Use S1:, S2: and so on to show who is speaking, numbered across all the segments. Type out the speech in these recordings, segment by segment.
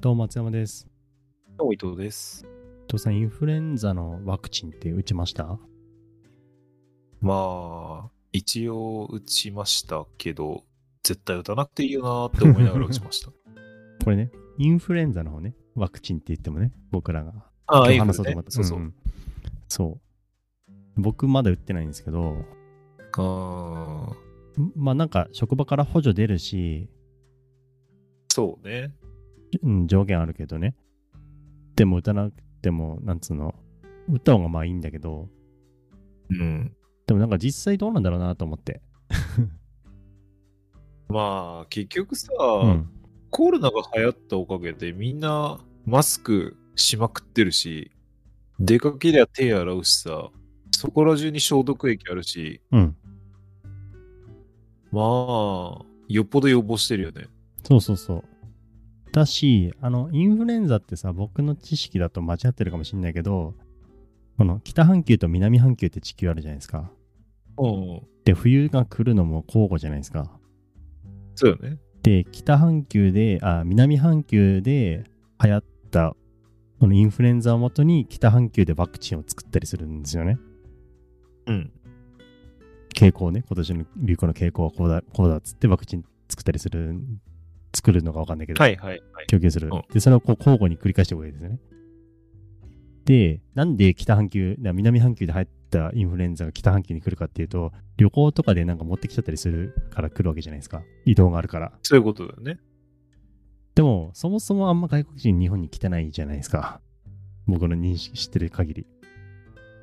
S1: どうも松山です。
S2: どうも伊藤です。
S1: 伊藤さん、インフルエンザのワクチンって打ちました
S2: まあ、一応打ちましたけど、絶対打たなくていいよなーって思いながら打ちま した。
S1: これね、インフルエンザの方ね、ワクチンって言ってもね、僕らが
S2: あ
S1: 今日
S2: いい
S1: 話そ
S2: です
S1: うと
S2: ね
S1: 思った。
S2: そうそう。
S1: んんそう。僕まだ打ってないんですけど、
S2: あー
S1: まあなんか職場から補助出るし、
S2: そうね。
S1: うん、上限あるけどね。でも打たなくても、なんつうの、打った方がまあいいんだけど、
S2: うん。
S1: でもなんか実際どうなんだろうなと思って。
S2: まあ、結局さ、
S1: うん。
S2: コロナが流行ったおかげでみんなマスクしまくってるし、出かけりゃ手洗うしさ、そこら中に消毒液あるし、
S1: うん。
S2: まあ、よっぽど予防してるよね。
S1: そうそうそう。だし、あの、インフルエンザってさ、僕の知識だと間違ってるかもしんないけど、この北半球と南半球って地球あるじゃないですか。
S2: うん。
S1: で、冬が来るのも交互じゃないですか。
S2: そうよね。
S1: で、北半球で、あ、南半球で流行った、このインフルエンザをもとに北半球でワクチンを作ったりするんですよね。
S2: うん。
S1: 傾向ね、今年の流行の傾向はこうだ、こうだっつってワクチン作ったりする、作るのかわかんないけど。
S2: はいはいはい。
S1: 供給する
S2: うん。
S1: で、それをこう交互に繰り返していくわけですよね。で、なんで北半球、な南半球で流行ったインフルエンザが北半球に来るかっていうと、旅行とかでなんか持ってきちゃったりするから来るわけじゃないですか。移動があるから。
S2: そういうことだよね。
S1: でも、そもそもあんま外国人日本に来てないじゃないですか。僕の認識してる限り。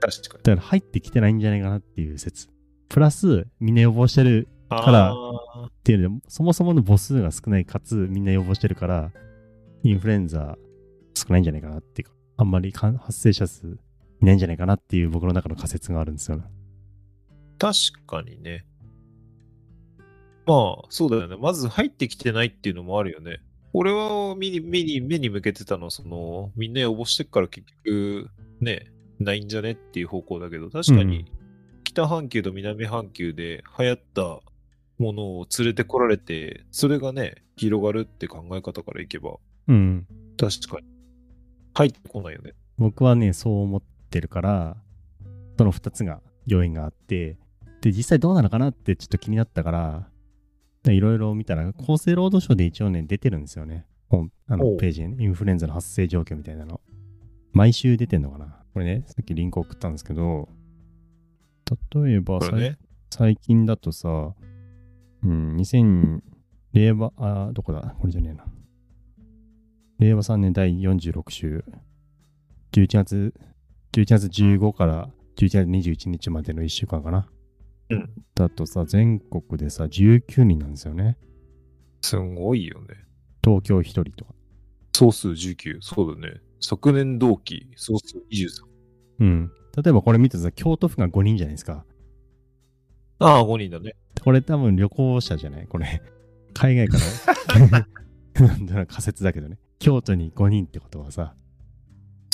S2: 確かに。
S1: だから入ってきてないんじゃないかなっていう説。プラス、みんな予防してるから
S2: あー
S1: っていうので、そもそもの母数が少ないかつ、みんな予防してるから、インフルエンザ少ないんじゃないかなっていうか、あんまりか発生者数いないんじゃないかなっていう僕の中の仮説があるんですよね。
S2: 確かにね。まあ、そうだよね。まず入ってきてないっていうのもあるよね。俺は目に目に目に向けてたのは、その、みんな応募してっから結局、ね、ないんじゃねっていう方向だけど、確か
S1: うん
S2: に、北半球と南半球で流行ったものを連れてこられて、それがね、広がるって考え方からいけば、
S1: うん。
S2: 確かに、入ってこないよね。
S1: 僕はね、そう思ってるから、その2つが、要因があって、で、実際どうなのかなってちょっと気になったから、でいろいろ見たら、厚生労働省で一応ね、出てるんですよね。本あ
S2: お
S1: の
S2: う
S1: ページにね、インフルエンザの発生状況みたいなの。毎週出てんのかなこれね、さっきリンク送ったんですけど、例えば、
S2: これね。
S1: 最近だとさ、うん、2000、令和、あー、どこだこれじゃねえな。令和3年第46週、11月、11月15から11月21日までの1週間かな。
S2: うん。
S1: だとさ、全国でさ、19人なんですよね。
S2: すごいよね。
S1: 東京1人とか。
S2: 総数19、そうだね。昨年同期、総数23。
S1: うん。例えばこれ見てさ、京都府が5人じゃないですか。
S2: ああ、5人だね。
S1: これ多分旅行者じゃないこれ。海外 から。 なんだろう仮説だけどね。京都に5人ってことはさ、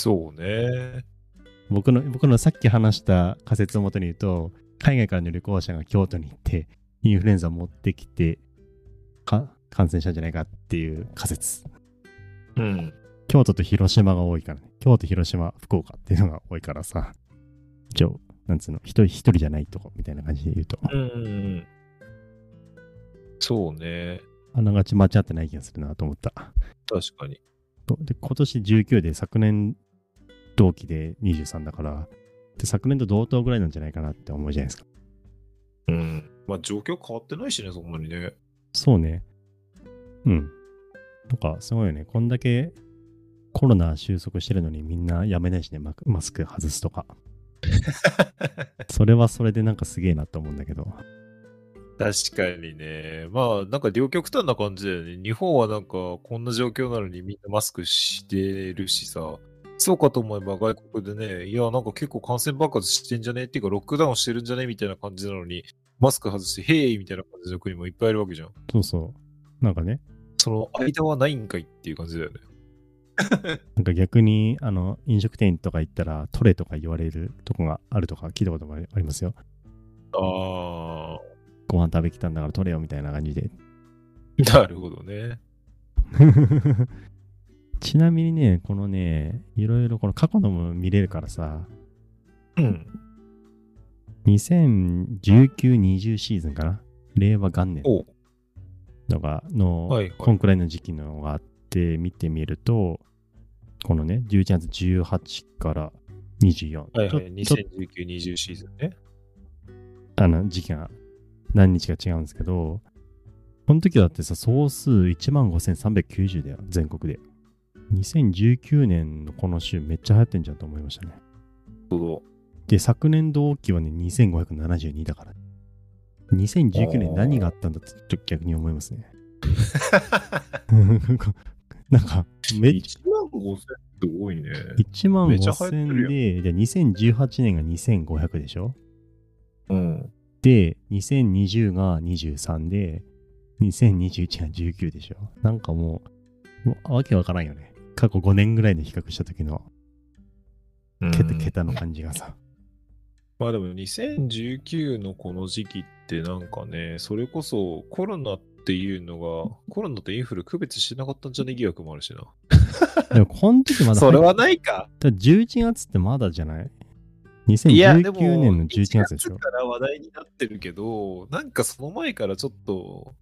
S2: そうね。
S1: 僕の、僕のさっき話した仮説をもとに言うと、海外からの旅行者が京都に行って、インフルエンザを持ってきて、か、感染したんじゃないかっていう仮説。
S2: うん。
S1: 京都と広島が多いからね。京都、広島、福岡っていうのが多いからさ、一応、なんつうの、一人一人じゃないとこみたいな感じで言うと、
S2: うんうんうん。そうね。
S1: あながち間違ってない気がするなと思った。
S2: 確かに。
S1: そうで、今年19で昨年同期で23だから、で昨年と同等ぐらいなんじゃないかなって思うじゃないですか。
S2: うん。まあ、状況変わってないしね、そんなにね。
S1: そうね。うん。なんかすごいよね。こんだけコロナ収束してるのにみんなやめないしね、ママスク外すとか。それはそれでなんかすげえなと思うんだけど。
S2: 確かにね。まあ、なんか両極端な感じだよね。日本はなんか、こんな状況なのにみんなマスクしてるしさ。そうかと思えば外国でね、いや、なんか結構感染爆発してんじゃねっていうか、ロックダウンしてるんじゃねみたいな感じなのに、マスク外して、へいみたいな感じの国もいっぱいいるわけじゃん。
S1: そうそう。なんかね、
S2: その間はないんかいっていう感じだよね。
S1: なんか逆にあの飲食店とか行ったら取れとか言われるとこがあるとか聞いたこともありありますよ。
S2: あ
S1: ご飯食べきたんだから取れよみたいな感じで
S2: あ、なるほどね。
S1: ちなみにね、このね、いろいろこの過去のも見れるからさ、
S2: うん。
S1: 2019-20シーズンかな令和元年
S2: おう
S1: とかの、
S2: はいはい
S1: こんくらいの時期のがあって見てみると、このね、11月18から24、
S2: はいはい。
S1: ちょちょ
S2: 2019、20シーズンね。
S1: あの時期が何日か違うんですけど、この時だってさ、総数1万5390だよ、全国で。2019年のこの週めっちゃ流行ってんじゃんと思いましたね。
S2: そう
S1: で、昨年同期はね、2572だから。2019年何があったんだってちょっと逆に思いますね。 なんか、め
S2: 1万5000すごいね。
S1: 1万
S2: めちゃ流行って
S1: 5000で、じゃあ2018年が2500でしょ
S2: うん。
S1: で、2020が23で、2021が19でしょなんかもう、もうわけわからんよね。過去5年ぐらいで比較した時の
S2: うん
S1: 桁桁の感じがさ。
S2: まあでも2019のこの時期ってなんかね、それこそコロナっていうのが、コロナとインフル区別してなかったんじゃね疑惑もあるしな。
S1: でもこの時まだ
S2: それはないか。
S1: だから11月ってまだじゃない
S2: いや、でも
S1: ?2019 年の11月でし
S2: 1
S1: ょ
S2: から話題になってるけど、なんかその前からちょっと、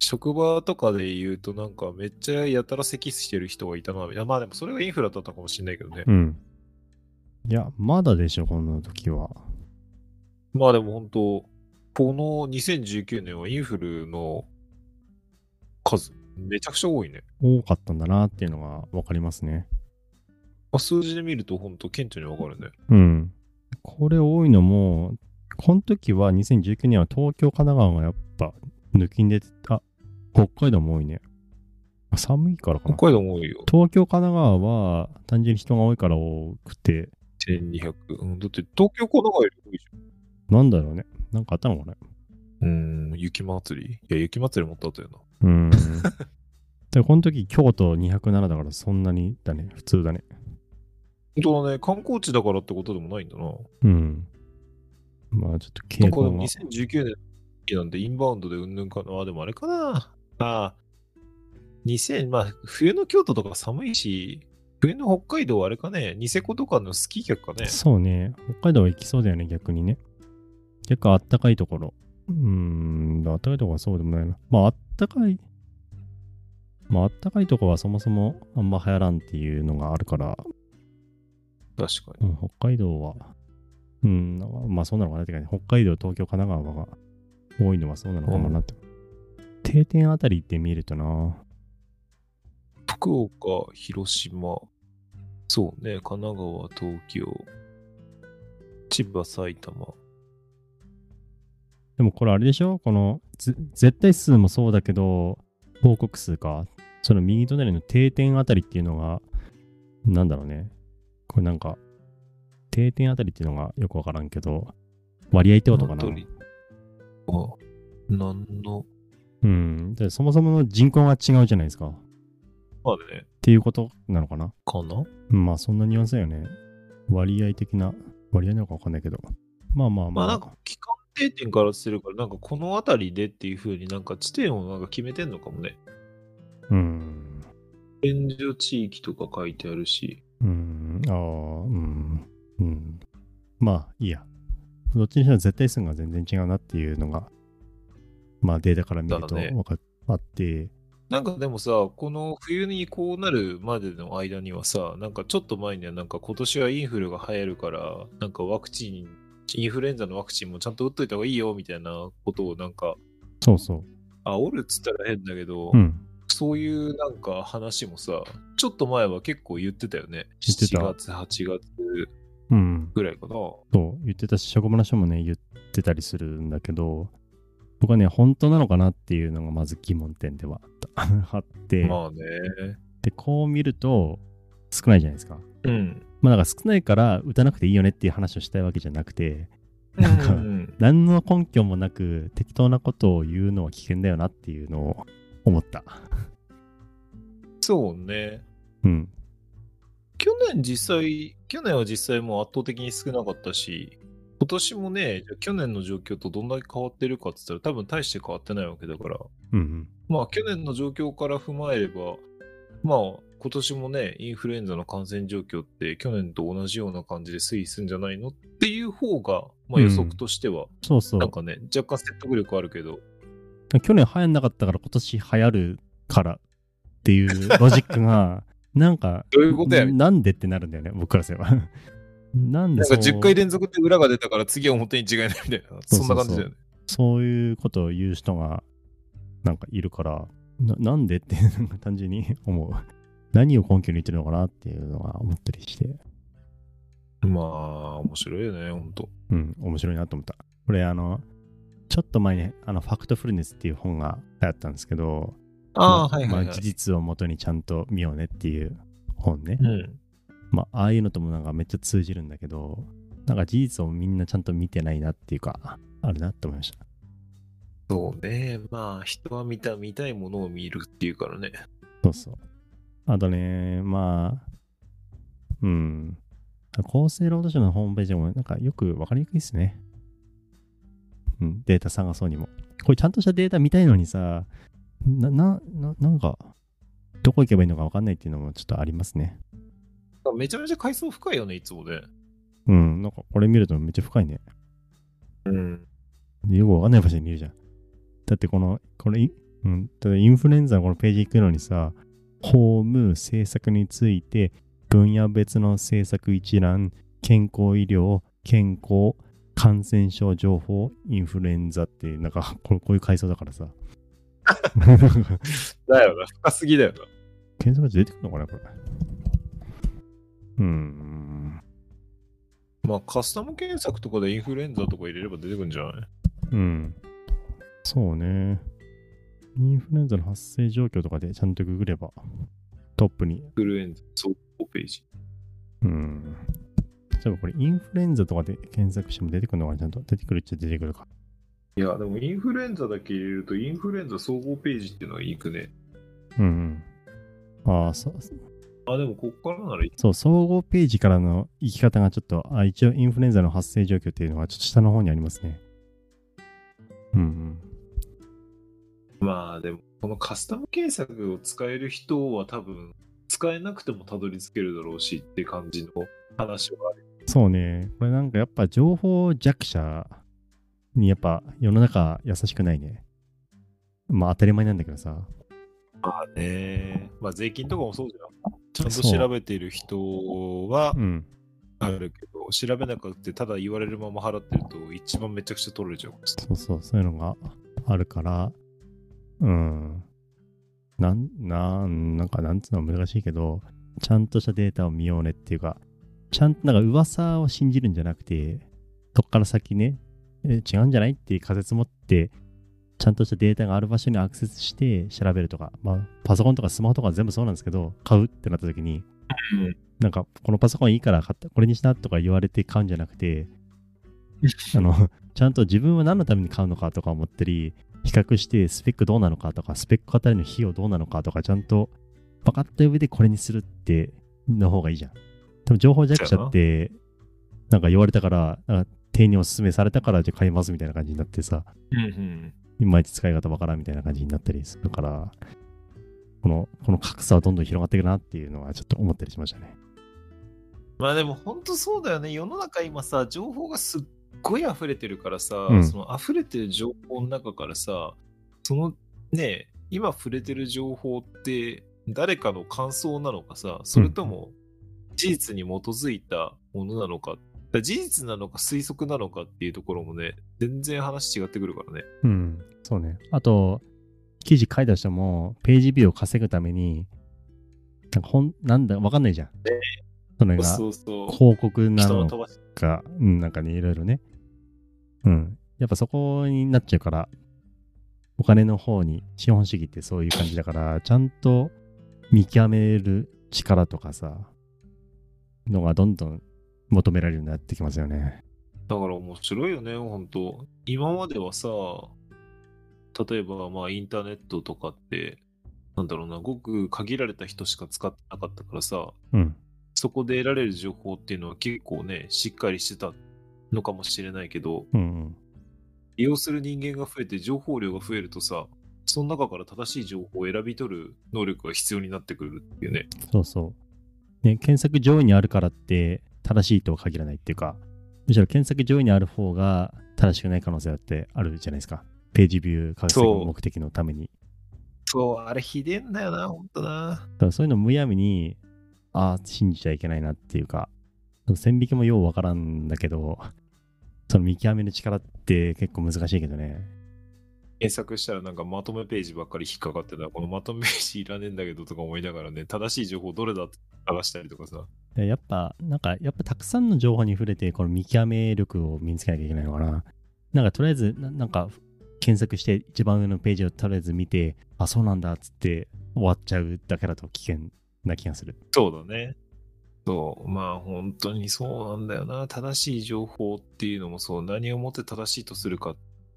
S2: 職場とかで言うとなんかめっちゃやたら咳してる人がいたな。いやまあでもそれがインフルだったのかもしれないけどね。
S1: うん。いや、まだでしょ、この時は。
S2: まあでも本当、この2019年はインフルの数、めちゃくちゃ多いね。
S1: 多かったんだなっていうのが分かりますね。
S2: まあ、数字で見ると本当顕著にわかるね。
S1: うん。これ多いのも、この時は2019年は東京、神奈川がやっぱ抜きんでて、あ、北海道も多いね。あ寒いからかな。
S2: 北海道も多いよ。
S1: 東京、神奈川は単純に人が多いから多くて、
S2: 1200。うん、だって東京、神奈川より多いじ
S1: なんだろうね。なんかあったのかな
S2: ゃん。うん、雪祭り。いや、雪祭りもっと後やな。
S1: うん。 で、この時、京都207だから、そんなにだね。普通だね。
S2: 本当だね、観光地だからってことでもないんだな。
S1: うん。まあ、ちょっと傾
S2: なんかで
S1: 向
S2: も
S1: が。
S2: 2019年なんでインバウンドでうんぬんかな。あ、でもあれかな。ああ、2000、まあ、冬の京都とか寒いし、冬の北海道はあれかね、ニセコとかのスキー客かね。
S1: そうね。北海道は行きそうだよね、逆にね。結構あったかいところ。うーん、あったかいところはそうでもないな。まあ、あったかい。まあ、あったかいところはそもそもあんま流行らんっていうのがあるから、
S2: 確かに。
S1: うん、北海道は、うん、まあそうなのかなって感じ。北海道、東京、神奈川が多いのはそうなのかもなって。定点あたり行ってみるとな。
S2: 福岡、広島、そうね、神奈川、東京、千葉、埼玉。
S1: でもこれあれでしょこのぜ絶対数もそうだけど報告数かその右隣の定点あたりっていうのがなんだろうねこれなんか定点あたりっていうのがよくわからんけど割合ってことかな
S2: ああ、なんの。
S1: うんでそもそもの人口が違うじゃないですかっ
S2: まあね、
S1: ていうことなのかな
S2: かな
S1: まあそんなニュアンスだよね割合的な割合なのかわかんないけどまあまあま
S2: ま
S1: あ、
S2: あなんか、期間定点からしてるから、なんかこの辺りでっていう風になんか地点をなんか決めてんのかもね。
S1: うん
S2: 援助地域とか書いてあるし。
S1: うん、ああ、うん、うん。まあ、いいや。どっちにしろ絶対数が全然違うなっていうのが、まあデータから見ると
S2: だね
S1: 分かっ、あって、
S2: なんかでもさ、この冬にこうなるまでの間にはさ、なんかちょっと前にはなんか今年はインフルが流行るから、なんかワクチン、インフルエンザのワクチンもちゃんと打っといた方がいいよみたいなことをなんか、
S1: そうそ
S2: あ、おるっつったら変だけど、
S1: う。うん。
S2: そういうなんか話もさ、ちょっと前は結構言ってたよね。
S1: 言ってた
S2: 7月、8月
S1: うん。
S2: ぐらいかな。
S1: そう、言ってたし、職場の人もね、言ってたりするんだけど、僕はね、本当なのかなっていうのがまず疑問点ではあった。あ って、
S2: まあね。
S1: で、こう見ると、少ないじゃないですか。
S2: うん。
S1: まあ、だから少ないから打たなくていいよねっていう話をしたいわけじゃなくて、なんか
S2: うん
S1: 何の根拠もなく適当なことを言うのは危険だよなっていうのを思った。
S2: そうね。
S1: うん。
S2: 去年実際、去年は実際もう圧倒的に少なかったし、今年もね、じゃあ去年の状況とどんだけ変わってるかって言ったら多分大して変わってないわけだから、
S1: うん
S2: まあ去年の状況から踏まえれば、まあ今年もね、インフルエンザの感染状況って、去年と同じような感じで推移するんじゃないのっていう方が、ま
S1: う
S2: あ、
S1: ん
S2: 予測としては、
S1: そうそう
S2: なん。かね、若干説得力あるけど、
S1: 去年流行んなかったから今年流行るからっていうロジック が、なんか、
S2: どういうことや
S1: なんでってなるんだよね、僕からすれば。 なんで
S2: なん
S1: そ
S2: か
S1: う
S2: 10回連続で裏が出たから次は表に違いないみたいな、
S1: そう
S2: そんな感じだよね。
S1: そういうことを言う人がなんかいるから、ななんでってなんか単純に思う。何を根拠に言ってるのかなっていうのが思ったりして、
S2: まあ、面白いよね、ほんと。
S1: うん、面白いなと思った。これあの、ちょっと前にあの、ファクトフルネスっていう本が流行ったんですけど、
S2: あ
S1: ま
S2: あ、はいはい、
S1: ま
S2: は
S1: あ
S2: い
S1: 事実をもとにちゃんと見ようねっていう本ね。
S2: うん。
S1: まあ、ああいうのともなんかめっちゃ通じるんだけど、なんか事実をみんなちゃんと見てないなっていうか、あるなって思いました。
S2: そうね。まあ、人は見た、見たいものを見るっていうからね。
S1: そうそう。あとね、まあ、うん。厚生労働省のホームページでもなんかよくわかりにくいですね。うん、データ探そうにも。これちゃんとしたデータ見たいのにさ、な、な、ななんか、どこ行けばいいのかわかんないっていうのもちょっとありますね。
S2: めちゃめちゃ階層深いよね、いつもね。
S1: うん、なんかこれ見るとめっちゃ深いね。
S2: うん。
S1: でよくわかんない場所にいるじゃん。だってこの、これ、いうん、ただインフルエンザのこのページ行くのにさ、法務、政策について、分野別の政策一覧、健康医療、健康、感染症情報、インフルエンザっていう、なんか こう、こういう階層だからさ。なんか
S2: だよな、深すぎだよな。
S1: 検索出てくるのかな、これ。うーん。
S2: まあ、カスタム検索とかでインフルエンザとか入れれば出てくるんじゃない
S1: うん。そうね。インフルエンザの発生状況とかでちゃんとググれば、トップに
S2: インフルエンザ総合ページ。
S1: うん。例えばこれインフルエンザとかで検索しても出てくるのかなちゃんと出てくるっちゃ出てくるか。
S2: いや、でもインフルエンザだけ入れると、インフルエンザ総合ページっていうのがいいくね。
S1: うん、うん。ああ、そ
S2: あ、でもこっからならいい。
S1: そう、総合ページからの行き方がちょっと、あ一応インフルエンザの発生状況っていうのはちょっと下の方にありますね。うん
S2: まあ、でも、このカスタム検索を使える人は多分、使えなくてもたどり着けるだろうしって感じの話はある。
S1: うん。そうね。これなんかやっぱ情報弱者にやっぱ世の中優しくないね。まあ当たり前なんだけどさ。
S2: まあね。まあ、税金とかもそうじゃん。ちゃんと
S1: そう
S2: 調べている人は
S1: うん。
S2: あるけど、調べなくて、ただ言われるまま払ってると、一番めちゃくちゃ取られちゃうからさ
S1: そうそう、そういうのがあるから、うん。なん、なん、なんか、なんつうのは難しいけど、ちゃんとしたデータを見ようねっていうか、ちゃんとなんか噂を信じるんじゃなくて、そっから先ね、え違うんじゃないっていう仮説持って、ちゃんとしたデータがある場所にアクセスして調べるとか、まあ、パソコンとかスマホとか全部そうなんですけど、買うってなった時に、
S2: うん
S1: なんか、このパソコンいいから買った、これにしなとか言われて買うんじゃなくて、あの、ちゃんと自分は何のために買うのかとか思ったり、比較してスペックどうなのかとか、スペックあたりの費用どうなのかとか、ちゃんと分かった上でこれにするって、の方がいいじゃん。多分情報弱者って、なんか言われたから、なんか店員にお勧めされたからじゃあ買いますみたいな感じになってさ、
S2: うんうん。
S1: いまいち使い方わからんみたいな感じになったりするから、この、この格差はどんどん広がっていくなっていうのはちょっと思ったりしましたね。
S2: まあでも本当そうだよね。世の中今さ、情報がすっごい溢れてるからさ、
S1: うん
S2: その溢れてる情報の中からさ、そのね、今触れてる情報って誰かの感想なのかさ、それとも事実に基づいたものなのか、だから事実なのか推測なのかっていうところもね、全然話違ってくるからね。
S1: うん、そうね。あと、記事書いた人も、ページビューを稼ぐために、なんか本、なんだ、わかんないじゃん。それが、
S2: そうそうそう。
S1: 広告な
S2: 人
S1: の
S2: を飛ばし
S1: か、うん、なんかね、いろいろね。うん。やっぱそこになっちゃうから、お金の方に、資本主義ってそういう感じだから、ちゃんと見極める力とかさ、のがどんどん求められるようになってきますよね。
S2: だから面白いよね、本当今まではさ、例えばまあインターネットとかって、なんだろうな、ごく限られた人しか使ってなかったからさ、
S1: うん。
S2: そこで得られる情報っていうのは結構ね、しっかりしてたのかもしれないけど、
S1: うん、うん。
S2: 利用する人間が増えて情報量が増えるとさ、その中から正しい情報を選び取る能力が必要になってくるっていうね。
S1: そうそう。ね、検索上位にあるからって正しいとは限らないっていうか、むしろ検索上位にある方が正しくない可能性だってあるじゃないですか。ページビュー稼ぐ目的のために。
S2: そう、あれひでえんだよな、ほんとな。
S1: だからそういうのをむやみに、ああ、信じちゃいけないなっていうか、線引きもようわからんだけど、その見極める力って結構難しいけどね。
S2: 検索したらなんかまとめページばっかり引っかかってた。このまとめページいらねえんだけどとか思いながらね、正しい情報どれだって探したりとかさ。
S1: でやっぱ、なんか、やっぱたくさんの情報に触れて、この見極め力を身につけなきゃいけないのかな。なんか、とりあえずな、なんか、検索して、一番上のページをとりあえず見て、あ、そうなんだっつって終わっちゃうだけだと危険な気がする。
S2: そうだね。そう、まあ本当にそうなんだよな。正しい情報っていうのもそう、何をもって正しいとするか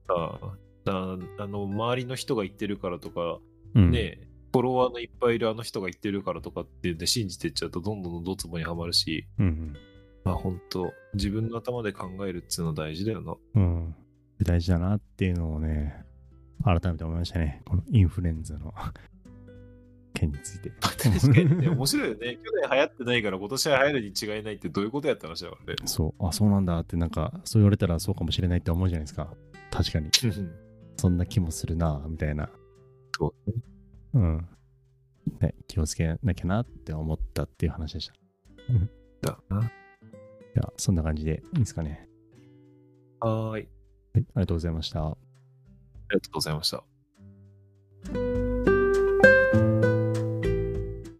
S2: さ、ああの、周りの人が言ってるからとか、
S1: うん、
S2: ね、フォロワーのいっぱいいるあの人が言ってるからとかってで信じてっちゃうと、どんどんどつぼにはまるし、
S1: うん
S2: まあ本当、自分の頭で考えるっていうの大事だよな。
S1: うん。うん。大事だなっていうのをね、改めて思いましたね。このインフルエンザの 件について。
S2: 確かにね、 面白いよね。去年流行ってないから今年は流行るに違いないってどういうことやった話だからね。
S1: そう、あ、そうなんだって、なんか、そう言われたらそうかもしれないって思うじゃないですか。確かに。そんな気もするな、みたいな。。
S2: そ
S1: う
S2: う
S1: ん。ね、気をつけなきゃなって思ったっていう話でした。
S2: だな。
S1: じゃあ、そんな感じでいいですかね。
S2: はーい。
S1: はい、ありがとうございました。
S2: ありがとうございました。